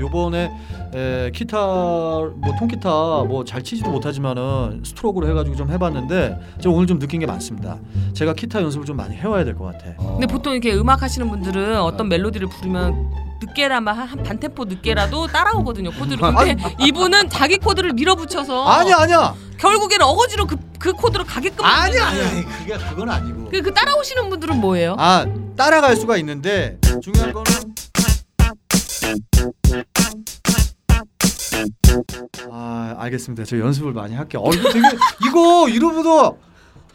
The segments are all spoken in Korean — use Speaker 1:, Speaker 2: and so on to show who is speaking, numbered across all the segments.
Speaker 1: 요번에 에, 기타 뭐 통기타 뭐 잘 치지도 못하지만은 스트로크로 해가지고 좀 해봤는데 제가 오늘 좀 느낀 게 많습니다. 제가 기타 연습을 좀 많이 해와야 될 것 같아.
Speaker 2: 어.
Speaker 3: 근데 보통 이렇게 음악 하시는 분들은 어떤 멜로디를 부르면 늦게라마 한, 한 반템포 늦게라도 따라오거든요 코드를 근데 이분은 자기 코드를 밀어붙여서
Speaker 1: 아, 아니야 아니야
Speaker 3: 결국에는 어거지로 그, 그 코드로 가게끔
Speaker 1: 아니야
Speaker 3: 만드는
Speaker 1: 아니야 그게 그건 아니고.
Speaker 3: 그, 그 따라오시는 분들은 뭐예요?
Speaker 1: 아 따라갈 수가 있는데 중요한 거는 아 알겠습니다. 저 연습을 많이 할게요. 어 이거 되게 이거 이러고도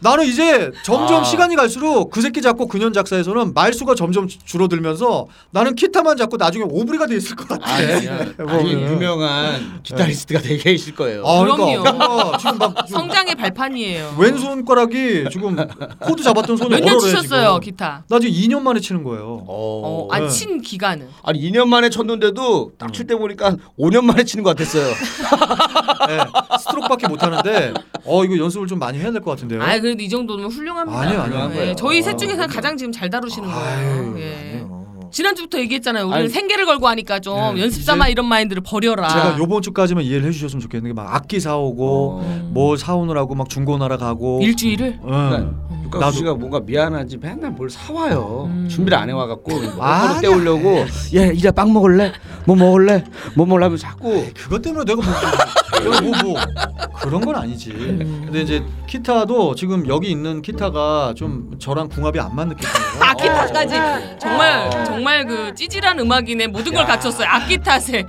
Speaker 1: 나는 이제 점점
Speaker 2: 아.
Speaker 1: 시간이 갈수록 그 새끼 잡고 그년 작사에서는 말수가 점점 주- 줄어들면서 나는 키타만 잡고 나중에 오브리가 돼 있을 것 같아.
Speaker 2: 아니, 아니, 아니
Speaker 1: 보면은. 네.
Speaker 2: 유명한 기타리스트가 되게 계실 거예요.
Speaker 1: 아 그러니까
Speaker 3: 그럼요.
Speaker 1: 뭔가 지금 막
Speaker 3: 성장의 발판이에요
Speaker 1: 왼손가락이 지금 코드 잡았던 손이
Speaker 3: 몇 년
Speaker 1: 얼얼해
Speaker 3: 치셨어요
Speaker 1: 지금.
Speaker 3: 기타?
Speaker 1: 나 지금 2년 만에 치는 거예요.
Speaker 2: 어.
Speaker 3: 어,
Speaker 1: 네.
Speaker 3: 아 친 기간은
Speaker 2: 아니 2년 만에 쳤는데도 딱 칠 때 보니까 5년 만에 치는 것 같았어요.
Speaker 1: 음. 네, 스트로크밖에 못 하는데 어 이거 연습을 좀 많이 해야 될 것 같은데요.
Speaker 3: 아 그래도 이 정도면 훌륭합니다.
Speaker 1: 아니요, 아니요.
Speaker 3: 예,
Speaker 2: 거예요.
Speaker 3: 저희
Speaker 2: 아,
Speaker 3: 셋 중에서 가장 지금 잘 다루시는
Speaker 1: 아유,
Speaker 3: 거예요. 예.
Speaker 1: 아니에요.
Speaker 3: 지난주부터 얘기했잖아요. 우리는
Speaker 2: 아니,
Speaker 3: 생계를 걸고 하니까 좀
Speaker 1: 네,
Speaker 3: 연습 삼아
Speaker 1: 이제
Speaker 3: 이런 마인드를 버려라.
Speaker 1: 제가 요번 주까지만 이해를 해주셨으면 좋겠는 게 막 악기 사오고 뭐 사오느라고 막 중고나라 가고.
Speaker 3: 어.
Speaker 1: 예. 응.
Speaker 3: 일주일을
Speaker 2: 그러니까 육각수
Speaker 1: 음. 나도.
Speaker 2: 씨가 뭔가 미안하지 맨날 뭘 사와요.
Speaker 3: 음.
Speaker 2: 준비를 안 해와갖고 뭐
Speaker 1: 아니야.
Speaker 2: 바로 때우려고 야 이제 빵 먹을래? 뭐 먹을래? 뭐 먹으려면 자꾸
Speaker 1: 그것 때문에 내가 뭐, 내가 뭐, 뭐 그런 건 아니지. 근데 이제 기타도 지금 여기 있는 기타가 좀 저랑 궁합이 안 맞는 기타예요.
Speaker 3: 악기타까지 정말 정말 그 찌질한 음악인의 모든 걸 갖췄어요. 악기 탓에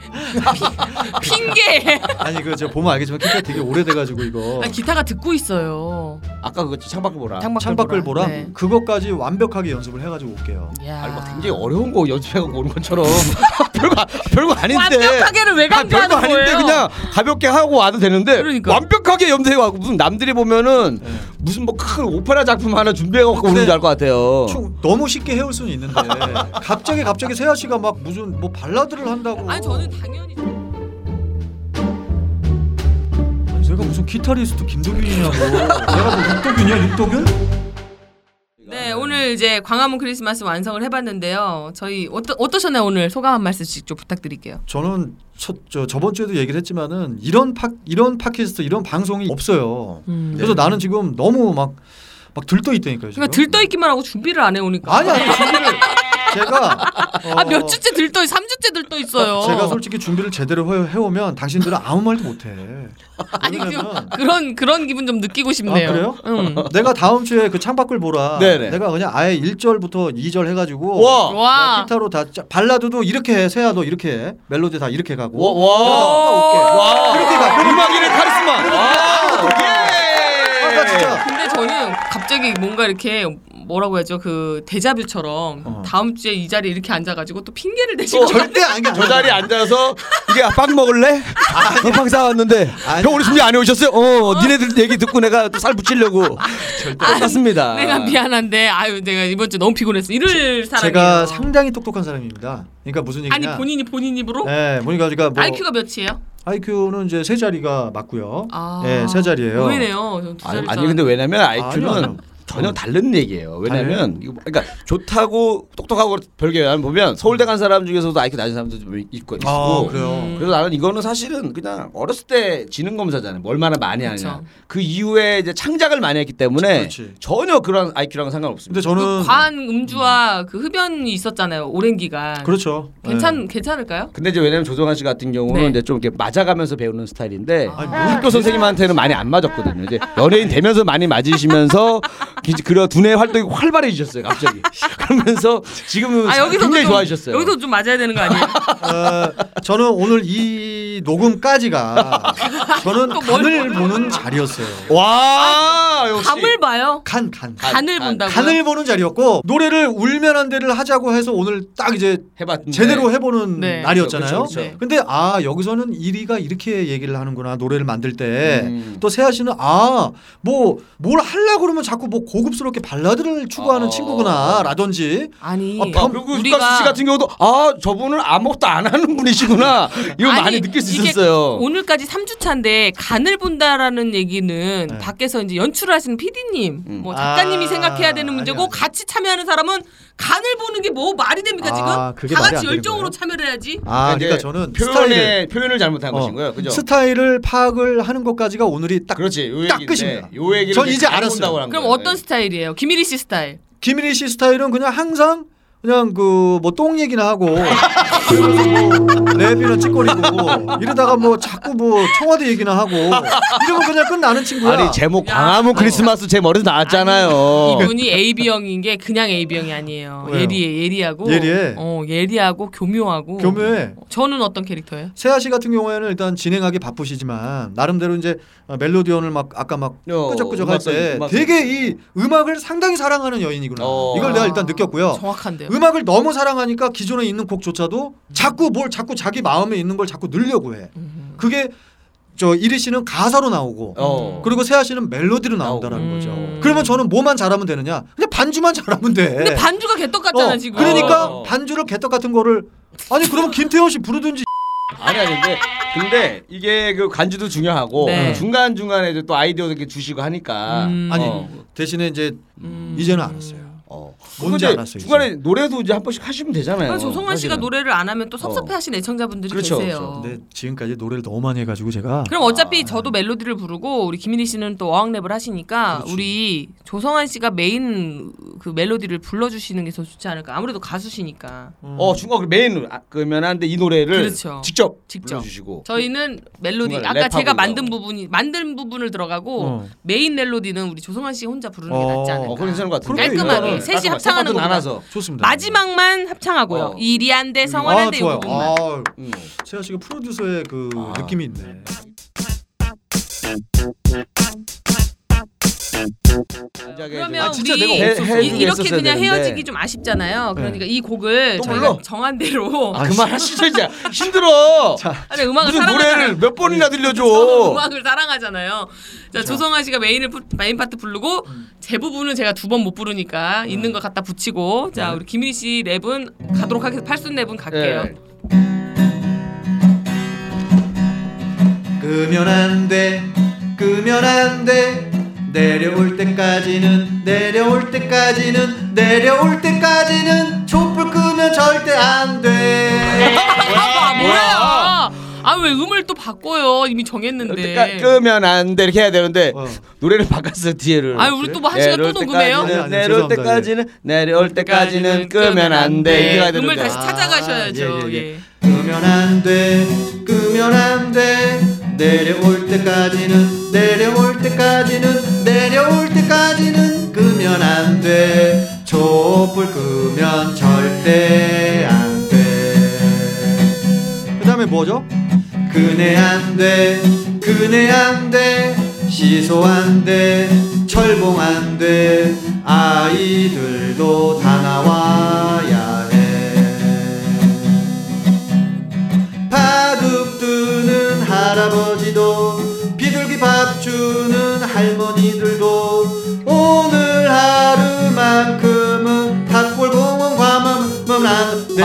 Speaker 3: 피- 핑계.
Speaker 1: 아니 그 제가 보면 알겠지만 기타 되게 오래돼가지고 이거
Speaker 3: 아, 기타가 듣고 있어요.
Speaker 2: 아까 그거 창밖에 보라.
Speaker 3: 창밖을,
Speaker 1: 창밖을
Speaker 3: 보라.
Speaker 1: 보라
Speaker 3: 네.
Speaker 1: 그것까지 완벽하게 연습을 해가지고 올게요.
Speaker 3: 야.
Speaker 2: 아니 뭐 굉장히 어려운 거 연습해갖고 오는 것처럼 별거 아- 별거 아닌데
Speaker 3: 완벽하게를 왜
Speaker 2: 아, 별거
Speaker 3: 강조하는
Speaker 2: 아닌데
Speaker 3: 거예요?
Speaker 2: 그냥 가볍게 하고 와도 되는데
Speaker 3: 그러니까.
Speaker 2: 완벽하게 염색하고 무슨 남들이 보면은
Speaker 1: 네.
Speaker 2: 무슨 뭐 큰 오페라 작품 하나 준비해갖고 오는
Speaker 1: 근데
Speaker 2: 줄 알 것 같아요.
Speaker 1: 총 너무 쉽게 해올 수는 있는데 갑자기 갑자기 세아 씨가 막 무슨 뭐 발라드를 한다고.
Speaker 3: 아니 저는 당연히
Speaker 1: 아니, 내가 무슨 기타리스트 김도균이냐고. 내가 뭐 육도균이야 육도균?
Speaker 3: 네 오늘 이제 광화문 크리스마스 완성을 해봤는데요. 저희 어떠, 어떠셨나요 오늘 소감 한 말씀씩 좀 부탁드릴게요.
Speaker 1: 저는 첫, 저 저번 주에도 얘기를 했지만은 이런 팟 이런 팟캐스트 이런 방송이 없어요.
Speaker 3: 음.
Speaker 1: 그래서 나는 지금 너무 막 막 들떠 있다니까요. 지금.
Speaker 3: 그러니까 들떠 있기만 하고 준비를 안 해오니까.
Speaker 1: 아니 아니 준비를 제가 어,
Speaker 3: 아몇 주째 들떠, 삼 주째 들떠 있어요.
Speaker 1: 제가 솔직히 준비를 제대로 해- 해오면 당신들은 아무 말도 못해.
Speaker 3: 아니
Speaker 1: 왜냐면-
Speaker 3: 그, 그런 그런 기분 좀 느끼고 싶네요.
Speaker 1: 아, 그래요?
Speaker 3: 응.
Speaker 1: 내가 다음 주에 그 창밖을 보라.
Speaker 2: 네네.
Speaker 1: 내가 그냥 아예 1절부터 2절 해가지고
Speaker 2: 와.
Speaker 1: 내가
Speaker 3: 와.
Speaker 1: 기타로 다 짜- 발라드도 이렇게 해. 세야 너 이렇게 해. 멜로디 다 이렇게 가고.
Speaker 2: 와, 와. 와.
Speaker 1: 그렇게 가.
Speaker 2: 음악인의 카리스마. 예.
Speaker 1: 아까 진짜
Speaker 3: 근데 저는 갑자기 뭔가 이렇게 뭐라고 해야죠 그 데자뷰처럼
Speaker 1: 어.
Speaker 3: 다음 주에 이 자리에 이렇게 앉아가지고 또 핑계를
Speaker 2: 어.
Speaker 3: 대시고
Speaker 1: 절대 안 가.
Speaker 2: 저 자리에 앉아서 이게 아, 빵 먹을래? 어, 빵 사왔는데
Speaker 1: 아니.
Speaker 2: 형 오늘 준비 안 해오셨어요? 어 니네들 얘기 듣고 내가 또 살 붙이려고 똑같습니다
Speaker 3: 내가 미안한데 아유 내가 이번 주 너무 피곤했어 이럴 사람이에요.
Speaker 1: 제가 상당히 똑똑한 사람입니다. 그러니까 무슨 얘기냐?
Speaker 3: 아니 본인이 본인 입으로
Speaker 1: 예, 보니까 제가 뭐
Speaker 3: IQ가 몇이에요?
Speaker 1: 는 이제 세 자리가 맞고요.
Speaker 3: 아.
Speaker 1: 예, 세 자리예요.
Speaker 3: 의외네요. 저두
Speaker 2: 아니,
Speaker 3: 자리
Speaker 2: 아니 근데 왜냐면
Speaker 1: 아니요, 네.
Speaker 2: IQ는
Speaker 1: 아니요.
Speaker 2: 전혀 다른 얘기예요 왜냐면 이거 그러니까 좋다고 똑똑하고 별개 보면 서울대 간 사람 중에서도 IQ 낮은 사람도 좀 있고 있고
Speaker 1: 아, 그래요.
Speaker 2: 그래서 나는 이거는 사실은 그냥 어렸을 때 지능 검사잖아요. 뭐 얼마나 많이 하냐.
Speaker 3: 그쵸.
Speaker 2: 그 이후에 이제 창작을 많이 했기 때문에
Speaker 1: 그렇지.
Speaker 2: 전혀 그런
Speaker 1: 근데
Speaker 2: IQ랑은 상관없습니다.
Speaker 1: 저는
Speaker 3: 그 과한 음주와 그 흡연이 있었잖아요. 오랜 기간.
Speaker 1: 그렇죠.
Speaker 3: 괜찮 괜찮을까요?
Speaker 2: 근데 이제 왜냐면 조성환 씨 같은 경우는
Speaker 3: 네.
Speaker 2: 이제 좀 이렇게 맞아가면서 배우는 스타일인데
Speaker 1: 아,
Speaker 2: 학교 선생님한테는 많이 안 맞았거든요. 이제 연예인 되면서 많이 맞으시면서 이제 그런 두뇌 활동이 활발해지셨어요, 갑자기. 그러면서 지금은
Speaker 3: 아 여기서
Speaker 2: 굉장히
Speaker 3: 좀,
Speaker 2: 좋아하셨어요.
Speaker 3: 여기서 좀 맞아야 되는 거 아니에요?
Speaker 1: 예. 어, 저는 오늘 이 녹음까지가 저는
Speaker 3: 또 뭘-
Speaker 1: 간을 보는 자리였어요.
Speaker 2: 와 역시
Speaker 3: 아, 감을 봐요.
Speaker 1: 간, 간.
Speaker 2: 간,
Speaker 3: 간을
Speaker 2: 간.
Speaker 3: 본다고요.
Speaker 1: 아, 간을 보는 자리였고 노래를 울면 안 돼를 하자고 해서 오늘 딱 이제
Speaker 2: 해봤는데
Speaker 1: 제대로 해보는
Speaker 3: 네.
Speaker 1: 날이었잖아요.
Speaker 2: 네. 그렇죠, 그쵸, 그쵸,
Speaker 3: 그쵸.
Speaker 1: 근데 아 여기서는 1위가 이렇게 얘기를 하는구나 노래를 만들 때 또
Speaker 2: 음.
Speaker 1: 세아 씨는 아 뭐 뭘 하려 고 그러면 자꾸 뭐 고급스럽게 발라드를 추구하는
Speaker 2: 어.
Speaker 1: 친구구나라든지
Speaker 3: 아니.
Speaker 1: 아,
Speaker 2: 아,
Speaker 1: 방-
Speaker 2: 그리고
Speaker 3: 우리가-
Speaker 2: 육각수 씨 같은 경우도 아 저분은 아무것도 안 하는 분이시구나 이거
Speaker 3: 아니,
Speaker 2: 많이 느낄 수
Speaker 3: 이게
Speaker 2: 있었어요.
Speaker 3: 오늘까지 3주 차인데 간을 본다라는 얘기는
Speaker 1: 네.
Speaker 3: 밖에서 이제 코드를 하시는 PD님,
Speaker 2: 음.
Speaker 3: 뭐 작가님이
Speaker 1: 아,
Speaker 3: 생각해야 되는 문제고
Speaker 1: 아니요, 아니요.
Speaker 3: 같이 참여하는 사람은 간을 보는 게 뭐 말이 됩니까
Speaker 1: 아,
Speaker 3: 지금?
Speaker 1: 그게
Speaker 3: 다
Speaker 1: 말이
Speaker 3: 같이
Speaker 1: 안 되는
Speaker 3: 열정으로
Speaker 1: 거예요?
Speaker 3: 참여를 해야지.
Speaker 1: 아 그러니까 저는 스타일을
Speaker 2: 표현의 표현을 잘못한
Speaker 1: 어,
Speaker 2: 것인 거예요. 그죠?
Speaker 1: 스타일을 파악을 하는 것까지가 오늘이 딱
Speaker 2: 그렇지. 요
Speaker 1: 딱
Speaker 2: 얘기인데 네,
Speaker 1: 끝입니다.
Speaker 2: 요 얘기를
Speaker 1: 전
Speaker 2: 이제
Speaker 1: 이제
Speaker 2: 안
Speaker 1: 알았어요.
Speaker 2: 본다고 한
Speaker 3: 그럼
Speaker 2: 거예요.
Speaker 3: 어떤
Speaker 2: 네.
Speaker 3: 스타일이에요? 김일희 씨 스타일.
Speaker 1: 김일희 씨 스타일은 그냥 항상 그냥 그 뭐 똥 얘기나 하고 그리고 뭐 랩이나 찌꺼리고 이러다가 뭐 자꾸 뭐 청와대 얘기나 하고 이러면 그냥 끝나는 친구야.
Speaker 2: 아니 제목 광화문 크리스마스 제 머리에서 나왔잖아요.
Speaker 3: 어. 이분이 AB형인 게 그냥 AB형이 아니에요.
Speaker 1: 어. 왜요?
Speaker 3: 예리해, 예리하고.
Speaker 1: 예리해?
Speaker 3: 어, 예리하고 교묘하고.
Speaker 1: 교묘해.
Speaker 3: 저는 어떤 캐릭터예요?
Speaker 1: 세아 씨 같은 경우에는 일단 진행하기 바쁘시지만 나름대로 이제 멜로디언을 막 아까 막
Speaker 2: 어,
Speaker 1: 끄적끄적 할
Speaker 2: 음악성,
Speaker 1: 때
Speaker 2: 음악성.
Speaker 1: 되게 이 음악을 상당히 사랑하는 여인이구나.
Speaker 2: 어.
Speaker 1: 이걸 내가
Speaker 3: 아,
Speaker 1: 일단 느꼈고요.
Speaker 3: 정확한데요.
Speaker 1: 음악을 너무 사랑하니까 기존에 있는 곡조차도 자꾸 뭘 자꾸 자기 마음에 있는 걸 자꾸 늘려고 해.
Speaker 3: 음.
Speaker 1: 그게 저 이리 씨는 가사로 나오고
Speaker 2: 어.
Speaker 1: 그리고 세아 씨는 멜로디로 나온다는
Speaker 3: 나오고.
Speaker 1: 거죠.
Speaker 3: 음.
Speaker 1: 그러면 저는 뭐만 잘하면 되느냐? 그냥 반주만 잘하면 돼.
Speaker 3: 근데 반주가 개떡 같잖아
Speaker 1: 어,
Speaker 3: 지금.
Speaker 1: 그러니까
Speaker 2: 어.
Speaker 1: 반주를 개떡 같은 거를 아니 그러면 김태현 씨 부르든지
Speaker 3: 그-
Speaker 2: 아니 아니 근데 근데 이게 그 간주도 중요하고 그
Speaker 3: 네.
Speaker 2: 중간 중간에 또 아이디어 이렇게 주시고 하니까
Speaker 3: 음.
Speaker 1: 아니
Speaker 2: 어.
Speaker 1: 대신에 이제
Speaker 3: 음.
Speaker 1: 이제는 알았어요.
Speaker 2: 어.
Speaker 1: 뭔지
Speaker 2: 근데
Speaker 1: 알았어요,
Speaker 2: 중간에 노래도 이제 한 번씩 네, 하시면 되잖아요.
Speaker 3: 아니, 조성환 씨가
Speaker 2: 사실은.
Speaker 3: 노래를 안 하면 또 섭섭해하시는 애청자분들이
Speaker 2: 어. 그렇죠,
Speaker 3: 계세요.
Speaker 1: 근데 지금까지 노래를 너무 많이 해가지고 제가
Speaker 3: 그럼 어차피
Speaker 2: 아.
Speaker 3: 저도 멜로디를 부르고 우리 김민희 씨는 또 어학랩을 하시니까
Speaker 2: 그렇죠.
Speaker 1: 그렇지.
Speaker 3: 우리 조성환 씨가 메인 그 멜로디를 불러주시는 게 더 좋지 않을까. 아무래도 가수시니까.
Speaker 1: 음.
Speaker 2: 어 중간 그 메인 아, 그러면 한데 이 노래를
Speaker 3: 그렇죠.
Speaker 2: 직접
Speaker 3: 직접.
Speaker 2: 불러주시고
Speaker 3: 저희는 멜로디
Speaker 2: 중간에
Speaker 3: 아까
Speaker 2: 랩하고
Speaker 3: 제가 만든
Speaker 2: 이거.
Speaker 3: 부분이 만든 부분을 들어가고
Speaker 1: 어.
Speaker 3: 메인 멜로디는 우리 조성환 씨 혼자 부르는 게
Speaker 1: 어,
Speaker 3: 낫지
Speaker 2: 어,
Speaker 3: 않을까.
Speaker 2: 그거 괜찮은 것 같은데
Speaker 3: 깔끔하게
Speaker 2: 이거는
Speaker 3: 셋이
Speaker 2: 깔끔하게
Speaker 3: 합창하는
Speaker 2: 섞어도
Speaker 3: 거구나.
Speaker 2: 나눠서
Speaker 1: 좋습니다.
Speaker 3: 마지막만 합창하고요.
Speaker 2: 어.
Speaker 3: 일이 안 돼, 성원
Speaker 1: 아
Speaker 3: 안 돼, 요
Speaker 1: 좋아요.
Speaker 3: 부분만.
Speaker 1: 아
Speaker 2: 음.
Speaker 1: 세아 씨가 프로듀서의 그
Speaker 2: 아.
Speaker 1: 느낌이 있네.
Speaker 2: 진작에
Speaker 3: 그러면
Speaker 2: 이제-
Speaker 1: 아, 진짜
Speaker 3: 우리
Speaker 1: 내가 없었어.
Speaker 3: 이- 이렇게
Speaker 2: 했었어야
Speaker 3: 그냥
Speaker 2: 되는데. 네.
Speaker 3: 헤어지기 좀 아쉽잖아요. 그러니까 이 곡을
Speaker 2: 또
Speaker 3: 저희가
Speaker 2: 불러?
Speaker 3: 정한 대로
Speaker 2: 아, 그만하시죠 이제 힘들어
Speaker 3: 아니, 음악을
Speaker 2: 무슨
Speaker 3: 사랑하잖아요.
Speaker 2: 노래를 몇 번이나 들려줘
Speaker 3: 저는 음악을 사랑하잖아요.
Speaker 2: 그렇죠.
Speaker 3: 자 조성아 씨가 메인을 부- 메인 파트 부르고
Speaker 2: 음.
Speaker 3: 제 부분은 제가 두 번 못 부르니까
Speaker 2: 네.
Speaker 3: 있는 거 갖다 붙이고 자 우리 김민희 씨 랩은 가도록 하겠습니다. 팔순 랩은 갈게요.
Speaker 2: 예.
Speaker 1: 끄면 안 돼, 끄면 안 돼. 내려올 때까지는, 내려올 때까지는, 내려올 때까지는 촛불 끄면 절대 안 돼.
Speaker 3: 아
Speaker 2: 뭐야?
Speaker 3: 뭐야? 아왜 음을 또 바꿔요? 이미 정했는데.
Speaker 2: 그러니까 끄면 안돼 이렇게 해야 되는데
Speaker 1: 어.
Speaker 2: 노래를 바꿨어 뒤에를
Speaker 3: 아유 우리 또 뭐 한 시간 또
Speaker 2: 내려올
Speaker 3: 녹음해요?
Speaker 2: 때까지는,
Speaker 1: 아니, 아니,
Speaker 2: 내려올
Speaker 1: 죄송합니다.
Speaker 2: 때까지는 내려올 때까지는 끄면 안돼 네, 이렇게 해야
Speaker 3: 음을
Speaker 2: 되는데
Speaker 3: 네, 다시
Speaker 1: 아,
Speaker 3: 찾아가셔야죠.
Speaker 1: 예, 예, 예.
Speaker 3: 예.
Speaker 1: 끄면 안 돼, 끄면 안 돼. 내려올 때까지는, 내려올 때까지는, 내려올 때까지는 끄면 안 돼. 촛불 끄면 절대 안 돼. 그 다음에 뭐죠? 그네 안 돼, 그네 안 돼, 시소 안 돼, 철봉 안 돼, 아이들도 다 나와야 해. 바둑 두는 할아버지도 비둘기 밥 주는 할머니들도 오늘 하루만큼은 닭골공원 과문 안 돼.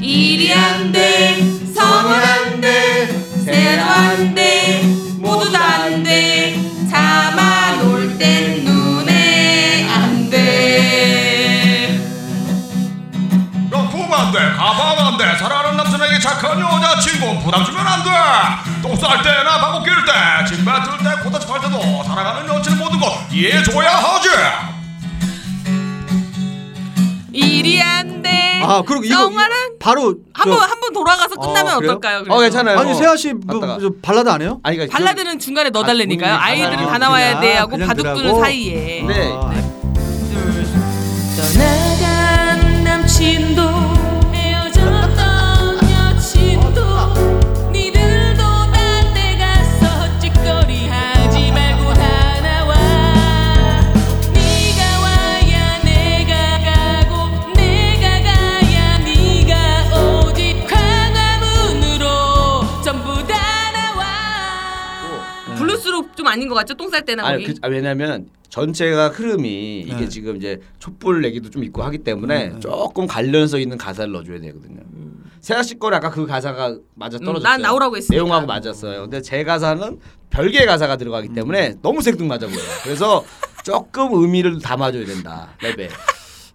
Speaker 3: 일이 안 돼, 성은 안 돼, 새도 안 돼, 모두 다 안 돼, 잠아 놀땐 눈에 안 돼.
Speaker 4: 너 구면 안 돼, 가방 안 돼, 사랑하는 남편에게 착한 여자친구 부담 주면 안 돼. 똥 쌀 때나 방귀 낄때짐 뱉을 때 코다치 팔 때도 사랑하는 여친 모든 거 이해해줘야 하지.
Speaker 3: 일이 안 돼.
Speaker 1: 아 그리고 이거
Speaker 3: 성은 안
Speaker 1: 바로 저-
Speaker 3: 한번 한 번 돌아가서 끝나면
Speaker 1: 어,
Speaker 3: 어,
Speaker 1: 그래요?
Speaker 3: 떨까요
Speaker 2: 어 괜찮아요
Speaker 1: 아니
Speaker 2: 어.
Speaker 1: 세아 씨 뭐,
Speaker 2: 갔다가.
Speaker 1: 저 발라드 안 해요?
Speaker 2: 아니 그러니까 좀-
Speaker 3: 발라드는 중간에 넣어달래니까요.
Speaker 2: 아, 본인이
Speaker 3: 아이들은 다
Speaker 2: 발라드는
Speaker 3: 나와야 돼
Speaker 1: 그냥-
Speaker 3: 하고
Speaker 1: 그냥
Speaker 3: 바둑 두는
Speaker 1: 들하고.
Speaker 3: 사이에.
Speaker 2: 네.
Speaker 1: 아,
Speaker 3: 떠나간 남친도 헤어졌던 여친도 니들도 딴 데 가서 찌꺼리 하지 말고 다 나와 네가 와야 내가 가고 내가 가야 네가 오지 광화문으로 전부 다 나와 블루스로 좀 아닌 것 같죠? 똥쌀 때나
Speaker 2: 아니 그, 아, 왜냐면 전체가 흐름이 이게
Speaker 1: 네.
Speaker 2: 지금 이제 촛불 얘기도 좀 있고 하기 때문에 조금 관련성 있는 가사를 넣어줘야 되거든요. 세아 씨 거는 아까 그 가사가 맞아 떨어졌어요.
Speaker 3: 음, 난 나오라고 했으니까.
Speaker 2: 내용하고 맞았어요. 근데 제 가사는 별개의 가사가 들어가기 때문에
Speaker 1: 음.
Speaker 2: 너무 생뚱맞아 보여요. 그래서 조금 의미를 담아줘야 된다. 랩에.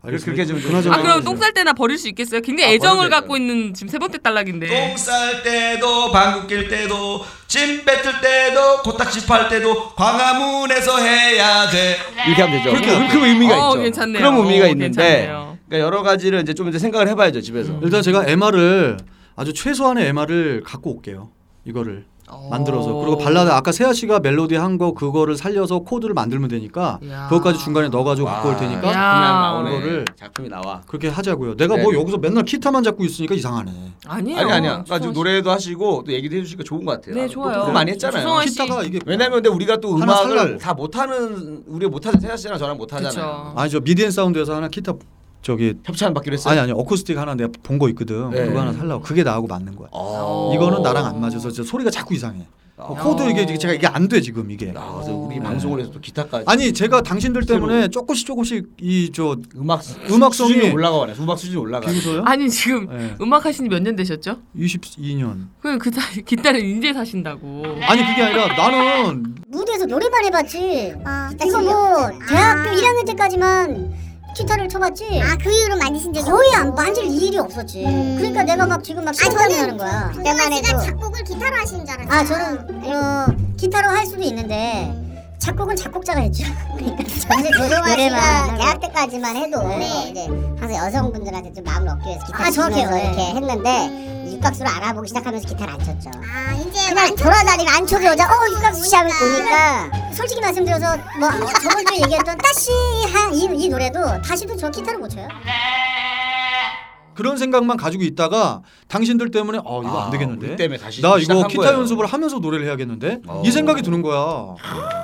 Speaker 1: 알겠습니다.
Speaker 2: 그렇게 좀-
Speaker 1: 그나저나
Speaker 3: 아 그럼 똥 쌀 때나 버릴 수 있겠어요? 굉장히
Speaker 2: 아,
Speaker 3: 애정을
Speaker 2: 버려도
Speaker 3: 갖고 있는 지금 세 번째 딸락인데.
Speaker 4: 똥 쌀 때도 방귀 낄 때도 찜 뱉을 때도 코딱지 팔 때도 광화문에서 해야 돼
Speaker 2: 이렇게 하면 되죠.
Speaker 1: 그렇게
Speaker 2: 그, 그 의미가
Speaker 3: 어,
Speaker 2: 있죠.
Speaker 3: 괜찮네요.
Speaker 2: 그런 의미가
Speaker 3: 어,
Speaker 2: 있는데
Speaker 3: 괜찮네요.
Speaker 2: 그러니까 여러 가지를 이제 좀 이제 생각을 해봐야죠 집에서.
Speaker 1: 일단 제가 MR을 아주 최소한의 MR을 갖고 올게요. 이거를 만들어서 그리고 발라드 아까 세아 씨가 멜로디 한 거 그거를 살려서 코드를 만들면 되니까
Speaker 3: 야.
Speaker 1: 그것까지 중간에 넣어가지고 갖고 올 테니까
Speaker 3: 야.
Speaker 2: 그냥 나오네.
Speaker 1: 이거를
Speaker 2: 작품이 나와.
Speaker 1: 그렇게 하자고요. 내가 뭐
Speaker 2: 네.
Speaker 1: 여기서 맨날 기타만 잡고 있으니까 이상하네.
Speaker 3: 아니에요.
Speaker 2: 아니 아니야.
Speaker 3: 주성아
Speaker 2: 아주
Speaker 3: 씨.
Speaker 2: 노래도 하시고 또 얘기도 해주시니까 좋은 것 같아요.
Speaker 3: 예, 어, 네,
Speaker 2: 아,
Speaker 3: 좋아요.
Speaker 2: 녹음 많이 했잖아요.
Speaker 3: 주성아 씨.
Speaker 1: 기타가 이게
Speaker 2: 왜냐면 근데 우리가 또
Speaker 1: 하나
Speaker 2: 음악을
Speaker 1: 살라고.
Speaker 2: 다 못하는 우리가 못하는 세아 씨랑 저랑 못하잖아요.
Speaker 3: 그쵸.
Speaker 1: 아니죠 미디엔 사운드에서 하나 기타 저기
Speaker 2: 협찬 받기로 했어요.
Speaker 1: 아니 아니 어쿠스틱 하나 내가 본 거 있거든.
Speaker 2: 네.
Speaker 1: 그거 하나 살라고 그게 나하고 맞는 거야.
Speaker 2: 어.
Speaker 1: 이거는 나랑 안 맞아서 진짜 소리가 자꾸 이상해. 어, 코드 이게 이게 제가 이게 안 돼 네. 지금 이게.
Speaker 2: 아, 그래서 우리 방송을 해서 또 기타까지
Speaker 1: 아니 제가 당신들 때문에 조금씩 조금씩 이 저
Speaker 2: 음악
Speaker 1: 음악성이-
Speaker 2: 수준이 올라가네. 음악 수준이 올라가.
Speaker 1: 비웃어요?
Speaker 3: 아니 지금
Speaker 1: 네.
Speaker 3: 음악 하신 지 몇 년 되셨죠?
Speaker 1: 22년.
Speaker 3: 그럼 그 다- 기타를 인제 사신다고.
Speaker 1: 아니 그게 아니라 나는
Speaker 5: 무대에서 노래만 해봤지. 이거 뭐 대학교 1학년 때까지만 기타를 쳐봤지. 아 그 이후로 만지신 적이 거의 안 만질 일이 없었지. 그러니까 내가 막 지금 막 신나게 하는 거야. 그때만 해도 작곡을 기타로 하시는 줄 알았어. 아 저는 어, 기타로 할 수도 있는데. 작곡은 작곡자가 했죠. 그러니까 사실 조정아 씨가 대학 때까지만 해도 이제 항상 여성분들한테 좀 마음을 얻기 위해서 기타를 치면서 이렇게 음. 했는데 육각수를 알아보기 시작하면서 기타를 안 쳤죠.
Speaker 6: 아 이제
Speaker 5: 그냥 돌아다니고 안쪽에 여자 어 육각수 씨하면 보니까 솔직히 말씀드려서 뭐 저번 주에 얘기했던 다시 한이 이 노래도 다시도 저 기타를 못 쳐요.
Speaker 1: 그런 생각만 가지고 있다가 당신들 때문에 어 이거
Speaker 2: 아,
Speaker 1: 안 되겠는데.
Speaker 2: 우리 때문에 다시
Speaker 1: 나 이거
Speaker 2: 시작한
Speaker 1: 기타
Speaker 2: 거예요.
Speaker 1: 연습을 하면서 노래를 해야겠는데.
Speaker 2: 어.
Speaker 1: 이 생각이 드는 거야.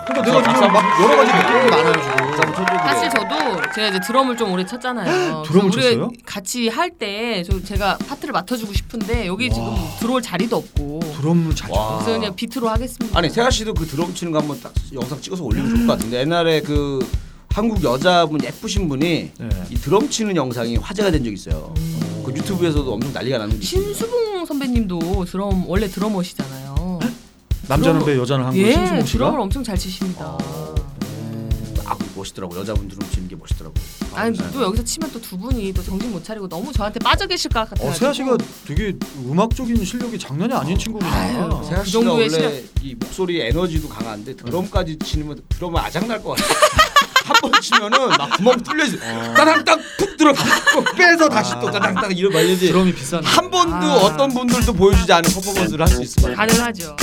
Speaker 1: 그러니까 내가 지금 막 여러 가지 느낌이 많아요 지금.
Speaker 3: 사실 저도 제가 이제 드럼을 좀 오래 쳤잖아요.
Speaker 1: 드럼을
Speaker 3: 그래서 우리가
Speaker 1: 쳤어요?
Speaker 3: 같이 할 때 제가 파트를 맡아주고 싶은데 여기
Speaker 1: 와.
Speaker 3: 지금 들어올 자리도 없고
Speaker 1: 드럼 잘 쳐.
Speaker 2: 와.
Speaker 3: 그래서 그냥 비트로 하겠습니다.
Speaker 2: 아니 세아 씨도 그 드럼 치는 거 한번 딱 영상 찍어서 올리면 좋을 것 같은데 옛날에 그 한국 여자분 예쁘신 분이
Speaker 1: 네.
Speaker 2: 이 드럼 치는 영상이 화제가 된 적 있어요.
Speaker 3: 음.
Speaker 2: 그 유튜브에서도 엄청 난리가 나는 게 있어요.
Speaker 3: 신수봉 선배님도 드럼 원래 드러머시잖아요.
Speaker 1: 남자는 배 여자는 한국
Speaker 3: 예,
Speaker 1: 아, 신수봉 씨가.
Speaker 3: 드럼을 엄청 잘 치십니다.
Speaker 2: 아 멋있더라고 여자분 드럼 치는 게 멋있더라고.
Speaker 3: 아니 또 여기서 치면 또 두 분이 또 정신 못 차리고 너무 저한테 빠져 계실 것 같아요.
Speaker 1: 어 세아 씨가 되게 음악적인 실력이 장난이 아닌 친구구나.
Speaker 3: 아유,
Speaker 2: 세아
Speaker 3: 그
Speaker 2: 씨가
Speaker 3: 정도의
Speaker 2: 원래
Speaker 3: 실력.
Speaker 2: 이 목소리 에너지도 강한데 드럼까지 치면 드럼은 아작 날 것 같아. 한 번 치면은 막 구멍 뚫려지.
Speaker 3: 어.
Speaker 2: 따당땅 푹 들어. 또 빼서 다시 또 따당땅 이런 말이지.
Speaker 1: 드럼이 비싼.
Speaker 2: 한 번도
Speaker 3: 아.
Speaker 2: 어떤 분들도 보여주지 않은 퍼포먼스를 할 수 있을 것 같아.
Speaker 3: 가능하죠.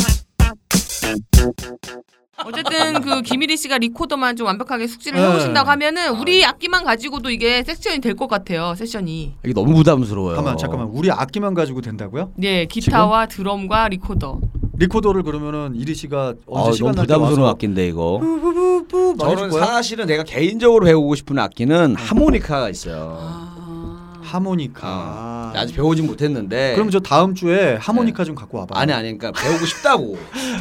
Speaker 3: 어쨌든 그 김일희 씨가 리코더만 좀 완벽하게 숙지를
Speaker 1: 네.
Speaker 3: 해오신다고 하면은 우리 악기만 가지고도 이게 섹션이 될 것 같아요. 세션이.
Speaker 2: 이게 너무 부담스러워요. 아,
Speaker 1: 잠깐만 잠깐만 우리 악기만 가지고 된다고요?
Speaker 3: 네, 기타와 드럼과 리코더.
Speaker 1: 리코더를 그러면은 이리 씨가 언제
Speaker 2: 아,
Speaker 1: 시간
Speaker 2: 너무
Speaker 1: 날때
Speaker 2: 부담스러운
Speaker 1: 와서
Speaker 2: 악기인데 이거.
Speaker 1: 뿌뿌뿌뿌 많이 해줄 음.
Speaker 2: 저는
Speaker 1: 거야?
Speaker 2: 사실은 내가 개인적으로 배우고 싶은 악기는 하모니카가 있어요.
Speaker 3: 아.
Speaker 1: 하모니카.
Speaker 2: 아. 아직 배우진 못했는데.
Speaker 1: 그럼 저 다음 주에 하모니카 좀 갖고 와봐.
Speaker 2: 네. 아니 아니 그러니까 배우고 싶다고.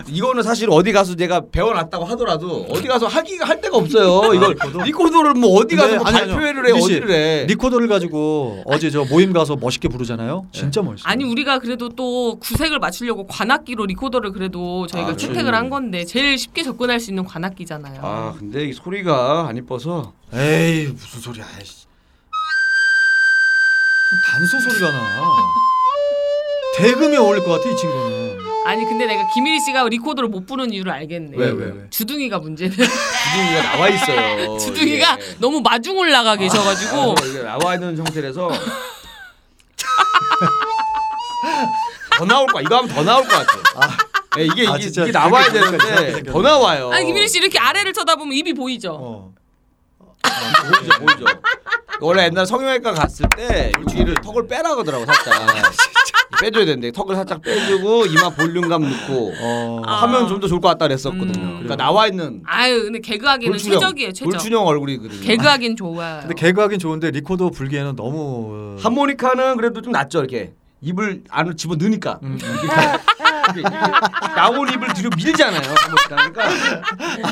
Speaker 2: 이거는 사실 어디 가서 내가 배워놨다고 하더라도 어디 가서 하기가 할 데가 없어요. 이걸
Speaker 1: 아, 리코더?
Speaker 2: 리코더를 뭐 어디 가서
Speaker 1: 근데
Speaker 2: 뭐
Speaker 1: 아니, 아니요.
Speaker 2: 발표회를 해
Speaker 1: 리 씨,
Speaker 2: 어디를 해.
Speaker 1: 리코더를 가지고 어제 저 모임 가서 멋있게 부르잖아요.
Speaker 2: 네.
Speaker 1: 진짜 멋있어.
Speaker 3: 아니 우리가 그래도 또 구색을 맞추려고 관악기로 리코더를 그래도 저희가
Speaker 2: 아,
Speaker 3: 채택을
Speaker 2: 네.
Speaker 3: 한 건데 제일 쉽게 접근할 수 있는 관악기잖아요.
Speaker 2: 아 근데 이 소리가 안 이뻐서
Speaker 1: 에이 무슨 소리야. 아이씨. 단소 소리가 나. 대금이 어울릴 것 같아 이 친구는.
Speaker 3: 아니 근데 내가 김일희 씨가 리코더를 못 부는 이유를 알겠네.
Speaker 2: 왜, 왜, 왜?
Speaker 3: 주둥이가 문제네.
Speaker 2: 주둥이가 나와 있어요. 예.
Speaker 3: 주둥이가
Speaker 2: 이게.
Speaker 3: 너무 마중 올라가 계셔가지고
Speaker 2: 아, 원래 나와 있는 형태라서 더 나올 거야. 이거 하면 더 나올 것 같아. 예, 이게
Speaker 1: 아,
Speaker 2: 이게,
Speaker 1: 진짜
Speaker 2: 이게 나와야
Speaker 1: 그렇게
Speaker 2: 되는데
Speaker 1: 생각해.
Speaker 2: 더 나와요.
Speaker 3: 아니 김일희 씨 이렇게 아래를 쳐다보면 입이 보이죠.
Speaker 1: 어.
Speaker 2: 보이죠 보이죠. 원래 옛날 성형외과 갔을 때 여기를 턱을 빼라 그러더라고 살짝 빼줘야 되는데 턱을 살짝 빼주고 이마 볼륨감 넣고
Speaker 1: 어.
Speaker 2: 하면 좀 더 좋을 것 같다 그랬었거든요. 그러니까 나와 있는
Speaker 3: 아유 근데 개그하기는
Speaker 2: 돌출형
Speaker 3: 최적이에요 최적.
Speaker 2: 돌출형 얼굴이거든요.
Speaker 3: 개그하긴 좋아요.
Speaker 1: 근데 개그하긴 좋은데 리코더 불기에는 너무 어, 음.
Speaker 2: 음. 하모니카는 그래도 좀 낫죠 이렇게 입을 안으로 집어 넣으니까. 나온 입을 뒤로 밀잖아요. 한번 그러니까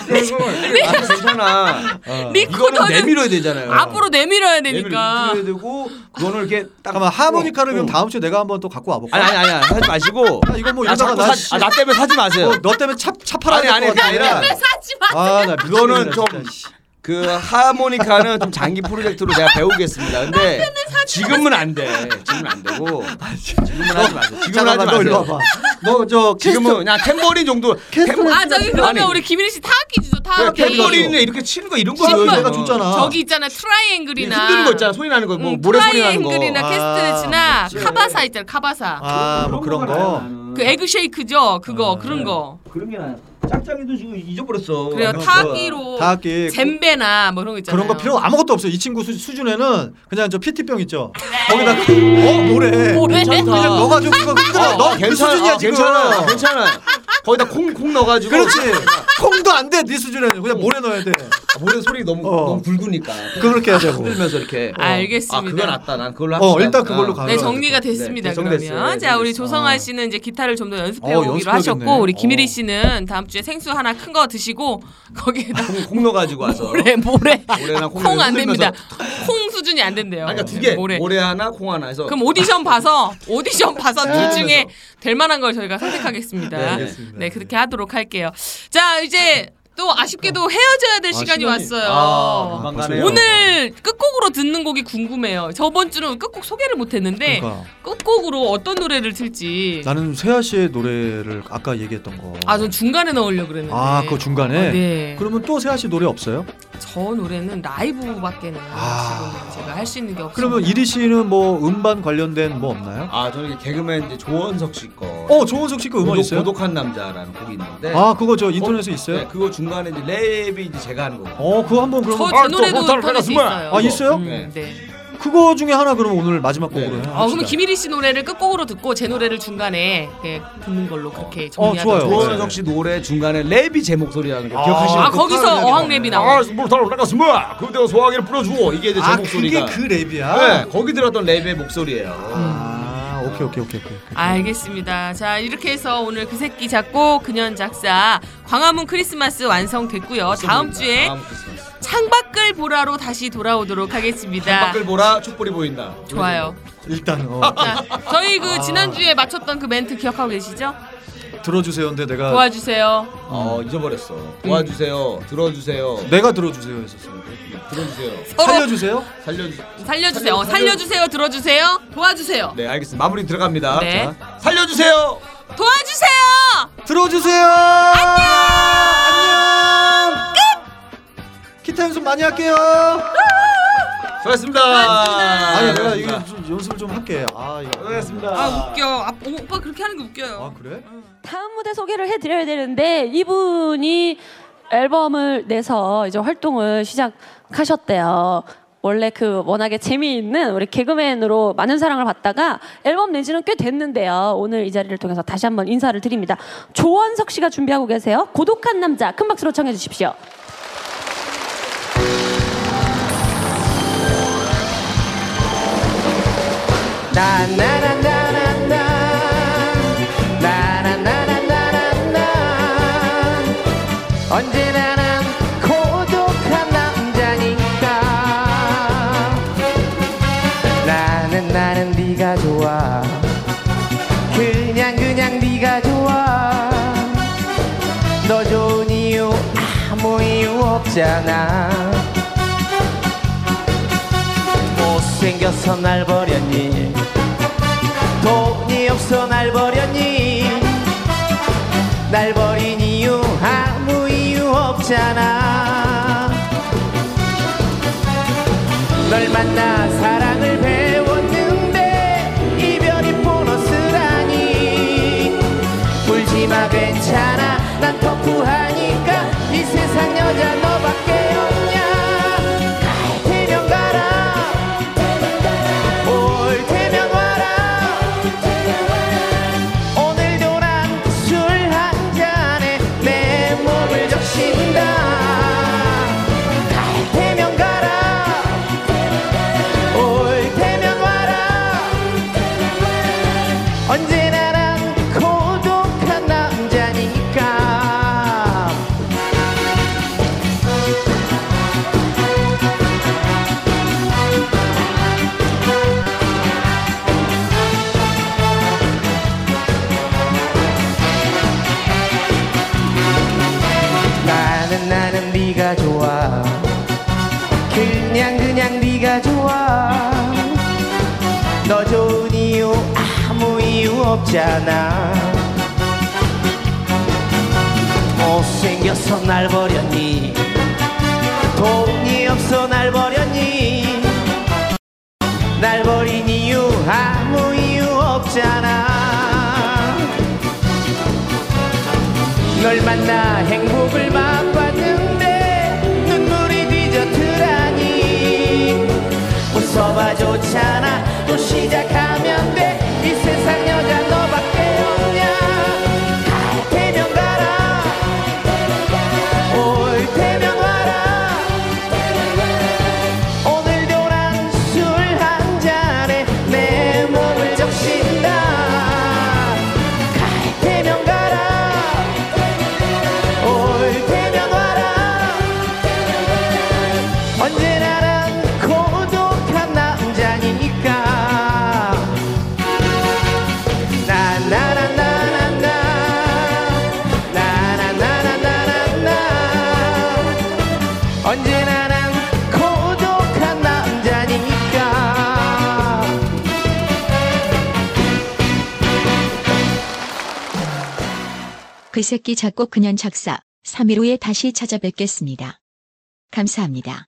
Speaker 1: 네.
Speaker 2: 그런 걸 아, 괜찮아.
Speaker 1: 어.
Speaker 2: 이거는
Speaker 3: 리코더는
Speaker 2: 내밀어야 되잖아요.
Speaker 3: 앞으로 내밀어야
Speaker 2: 내밀어야 그,
Speaker 3: 되니까.
Speaker 2: 되고 그거는 이렇게 딱
Speaker 1: 잠깐만 하모니카를 그럼
Speaker 2: 어.
Speaker 1: 다음 주에 내가 한번 또 갖고 와볼까?
Speaker 2: 아니 아니 아니 아니, 하지 마시고
Speaker 1: 아, 이거 뭐
Speaker 2: 나
Speaker 1: 이러다가
Speaker 2: 자꾸
Speaker 1: 나,
Speaker 2: 사, 아, 나 때문에 사지 마세요.
Speaker 1: 어, 너 때문에 차, 차
Speaker 2: 아니,
Speaker 1: 팔아야
Speaker 2: 아니,
Speaker 1: 될것
Speaker 2: 그게
Speaker 1: 같아.
Speaker 2: 아니라-
Speaker 3: 사지 마.
Speaker 1: 아나
Speaker 2: 그거는 좀- 그 하모니카는 좀 장기 프로젝트로 내가 배우겠습니다.
Speaker 1: 아,
Speaker 2: 근데 지금은 안 돼. 지금은 안 되고 지금은 하지 마세요. 지금은 하지
Speaker 1: 잠깐만 너 일로 와봐.
Speaker 2: 마세요.
Speaker 1: 너저
Speaker 2: 지금은 그냥 탬버린 정도.
Speaker 1: 캐스터-
Speaker 2: 탬버린-
Speaker 3: 아 저기 그러면
Speaker 2: 아니,
Speaker 3: 우리 김민희 씨 타악기 주죠. 타악기.
Speaker 1: 그래, 캐스터리.
Speaker 2: 탬버린에 이렇게 치는 거 이런 거
Speaker 3: 지금
Speaker 2: 보여줘요.
Speaker 1: 내가 줬잖아.
Speaker 3: 저기 있잖아 트라이앵글이나
Speaker 2: 흔드는 거 있잖아. 소리 나는 거. 뭐
Speaker 3: 응,
Speaker 2: 모래 소리 나는 거.
Speaker 3: 트라이앵글이나
Speaker 1: 아,
Speaker 3: 캐스트레치나
Speaker 1: 그렇지.
Speaker 3: 카바사 있잖아 카바사.
Speaker 1: 아뭐 그런 거.
Speaker 3: 그 에그 쉐이크죠
Speaker 2: 아,
Speaker 3: 그거 그런 거
Speaker 2: 그런 게 나요. 짝짝이도 지금 네. 잊어버렸어. 어.
Speaker 3: 그래요
Speaker 2: 그래서
Speaker 3: 타악기로
Speaker 1: 다 학기
Speaker 3: 잼베나 뭐 그런 거 있잖아요
Speaker 1: 그런 거 필요 아무것도 없어요. 이 친구 수, 수준에는 그냥 저 PT병 있죠.
Speaker 3: 네.
Speaker 1: 거기다 어 뭐래.
Speaker 3: 모래? 아.
Speaker 1: 그냥 너가 좀 그거 흔들어.
Speaker 2: 어,
Speaker 1: 너그
Speaker 2: 괜찮아,
Speaker 1: 수준이야
Speaker 2: 어,
Speaker 1: 지금.
Speaker 2: 괜찮아, 괜찮아. 거기다 콩콩 넣어가지고.
Speaker 1: 그렇지. 콩도 안 돼. 네 수준에는 그냥 모래 넣어야 돼.
Speaker 2: 아, 모래 소리 너무
Speaker 1: 어.
Speaker 2: 너무 굵으니까.
Speaker 1: 그렇게 해야 되고.
Speaker 2: 흔들면서 이렇게.
Speaker 3: 알겠습니다.
Speaker 2: 아 그건 낫다. 난 그걸로.
Speaker 1: 어,
Speaker 2: 합시다.
Speaker 1: 일단 그걸로
Speaker 2: 아.
Speaker 1: 가요.
Speaker 3: 네 정리가 됐습니다
Speaker 2: 네, 정리됐어요.
Speaker 3: 그러면
Speaker 2: 네,
Speaker 3: 자 우리
Speaker 2: 정리됐어요.
Speaker 3: 조성아
Speaker 2: 아.
Speaker 3: 씨는 이제 기타를 좀 더 연습해
Speaker 1: 어,
Speaker 3: 오기로
Speaker 1: 연습해야겠네.
Speaker 3: 하셨고 우리
Speaker 1: 어.
Speaker 3: 김일희 씨는 다음 주에 생수 하나 큰 거 드시고 거기에다
Speaker 2: 콩, 콩 넣어가지고 와서.
Speaker 3: 모래 모래
Speaker 2: 모래나 콩을
Speaker 3: 콩 안 됩니다
Speaker 2: 흔들면서.
Speaker 3: 콩 수준이 안 된대요
Speaker 2: 아니, 그러니까 두 개.
Speaker 3: 모래
Speaker 2: 모래. 하나, 콩 하나 해서.
Speaker 3: 그럼 오디션 봐서 오디션 봐서 둘
Speaker 2: 알겠습니다.
Speaker 3: 중에 될 만한 걸 저희가 선택하겠습니다.
Speaker 1: 네,
Speaker 3: 네,
Speaker 1: 알겠습니다.
Speaker 3: 그렇게 하도록 할게요. 자 이제 또 아쉽게도 헤어져야 될 시간이 왔어요.
Speaker 2: 아,
Speaker 1: 어.
Speaker 2: 도망가네요.
Speaker 3: 오늘 끝곡으로 듣는 곡이 궁금해요. 저번 주는 끝곡 소개를 못했는데
Speaker 1: 그러니까
Speaker 3: 끝곡으로 어떤 노래를 틀지.
Speaker 1: 나는 세아 씨의 노래를 아까 얘기했던 거.
Speaker 3: 아 전 중간에 넣으려 고 그랬는데.
Speaker 1: 아, 그거 중간에.
Speaker 3: 아, 네.
Speaker 1: 그러면 또 세아 씨 노래 없어요?
Speaker 3: 저 노래는 라이브밖에는
Speaker 1: 아.
Speaker 3: 지금 제가 할 수 있는 게 없어요.
Speaker 1: 그러면 이리 씨는 뭐 음반 관련된 뭐 없나요?
Speaker 2: 아 저는 이제 개그맨 이제 조원석 씨 거.
Speaker 1: 어, 조은석 씨그 음원
Speaker 2: 고독-
Speaker 1: 있어요?
Speaker 2: 고독한 남자라는 곡이 있는데.
Speaker 1: 아, 그거 저 인터넷에
Speaker 2: 어,
Speaker 1: 있어요?
Speaker 2: 네, 그거 중간에 이제 랩이 이제 제가 하는 거고.
Speaker 1: 어, 그거 한번 그럼
Speaker 3: 저제 노래도
Speaker 4: 아, 호텔을
Speaker 3: 인터넷에
Speaker 4: 빼놨으면.
Speaker 3: 있어요.
Speaker 1: 아, 있어요?
Speaker 3: 음, 네.
Speaker 1: 그거 중에 하나 그럼 오늘 마지막 곡으로
Speaker 2: 네.
Speaker 1: 해.
Speaker 3: 어, 그러면 김일희 씨 노래를 끝곡으로 듣고 제 노래를 중간에 예, 듣는 걸로 그렇게 정리하도록
Speaker 1: 어, 좋아요.
Speaker 3: 하겠습니다.
Speaker 2: 조원석 씨 노래 중간에 랩이 제 목소리라는 거
Speaker 4: 아.
Speaker 1: 어,
Speaker 2: 기억하시면
Speaker 3: 아 거기서 어학랩이 나와.
Speaker 4: 아, 물타러 나갔으면 그대가 소화기를 뿌려주고 이게 이제 제
Speaker 1: 아, 그게
Speaker 4: 목소리가.
Speaker 1: 그 랩이야.
Speaker 2: 네, 거기 들었던 랩의 목소리예요.
Speaker 1: 아, 오케이, 오케이, 오케이, 오케이.
Speaker 3: 알겠습니다. 자 이렇게 해서 오늘 그 새끼 작곡 그년 작사 광화문 크리스마스 완성됐고요. 다음 주에
Speaker 2: 다음 크리스마스.
Speaker 3: 창밖을 보라로 다시 돌아오도록 하겠습니다.
Speaker 2: 밖을 보라 촛불이 보인다.
Speaker 3: 좋아요.
Speaker 1: 일단 어,
Speaker 3: 자, 저희 그 지난주에 맞췄던 그 멘트 기억하고 계시죠?
Speaker 1: 들어주세요. 근데 내가
Speaker 3: 도와주세요.
Speaker 2: 어 잊어버렸어. 도와주세요. 들어주세요.
Speaker 1: 내가 들어주세요 했었어.
Speaker 2: 들어주세요.
Speaker 1: 살려주세요.
Speaker 2: 살려주세요.
Speaker 3: 살려주세요. 어, 살려주세요. 들어주세요. 도와주세요.
Speaker 2: 네 알겠습니다. 마무리 들어갑니다.
Speaker 3: 네.
Speaker 2: 자, 살려주세요.
Speaker 3: 도와주세요.
Speaker 1: 들어주세요. 안녕. 안녕. 끝. 기타 연습 많이 할게요.
Speaker 2: 수고하셨습니다. 네,
Speaker 1: 아니 내가
Speaker 2: 수고하셨습니다.
Speaker 1: 이거 좀 연습을 좀 할게. 아 이거.
Speaker 3: 아 웃겨. 아, 오빠 그렇게 하는 게 웃겨요.
Speaker 1: 아 그래?
Speaker 6: 다음 무대 소개를 해드려야 되는데 이분이 앨범을 내서 이제 활동을 시작하셨대요. 원래 그 워낙에 재미있는 우리 개그맨으로 많은 사랑을 받다가 앨범 내지는 꽤 됐는데요. 오늘 이 자리를 통해서 다시 한번 인사를 드립니다. 조원석 씨가 준비하고 계세요. 고독한 남자 큰 박수로 청해 주십시오.
Speaker 7: 언제나 난 고독한 남자니까 나는 나는 네가 좋아 그냥 그냥 네가 좋아 너 좋은 이유 아무 이유 없잖아 못생겨서 날 버렸니 돈이 없어 날 버렸니 날 버린 이유 아무 이유 없잖아 널 만나 사랑을 배웠는데 이별이 보너스라니 울지마 괜찮아 난 터프하니까 이 세상 여자 너밖에 없냐 갈 테면 가라 올 테면 와라 오늘도 난 술 한 잔에 내 몸을 적신다 갈 테면 가라 올 테면 와라 언제나 난 고독한 있잖아 못생겨서 날 버렸니 돈이 없어 날 버렸니 날 버린 이유 아무 이유 없잖아 널 만나 행복을 맛봤는데 눈물이 뒤져트라니 웃어봐 좋잖아 또 시작하면 돼 이 세상 여자 너밖에 없냐 갈 테면 가라 올 테면 와라 오늘도 난 술 한 잔에 내 몸을 적신다 갈 테면 가라 올 테면 와라 언제나 난 고독한 남자니까 나나나나나나 나나나나나나 언제나 난 고독한 남자니까
Speaker 8: 그 새끼 작곡 그년 작사 3일 후에 다시 찾아뵙겠습니다. 감사합니다.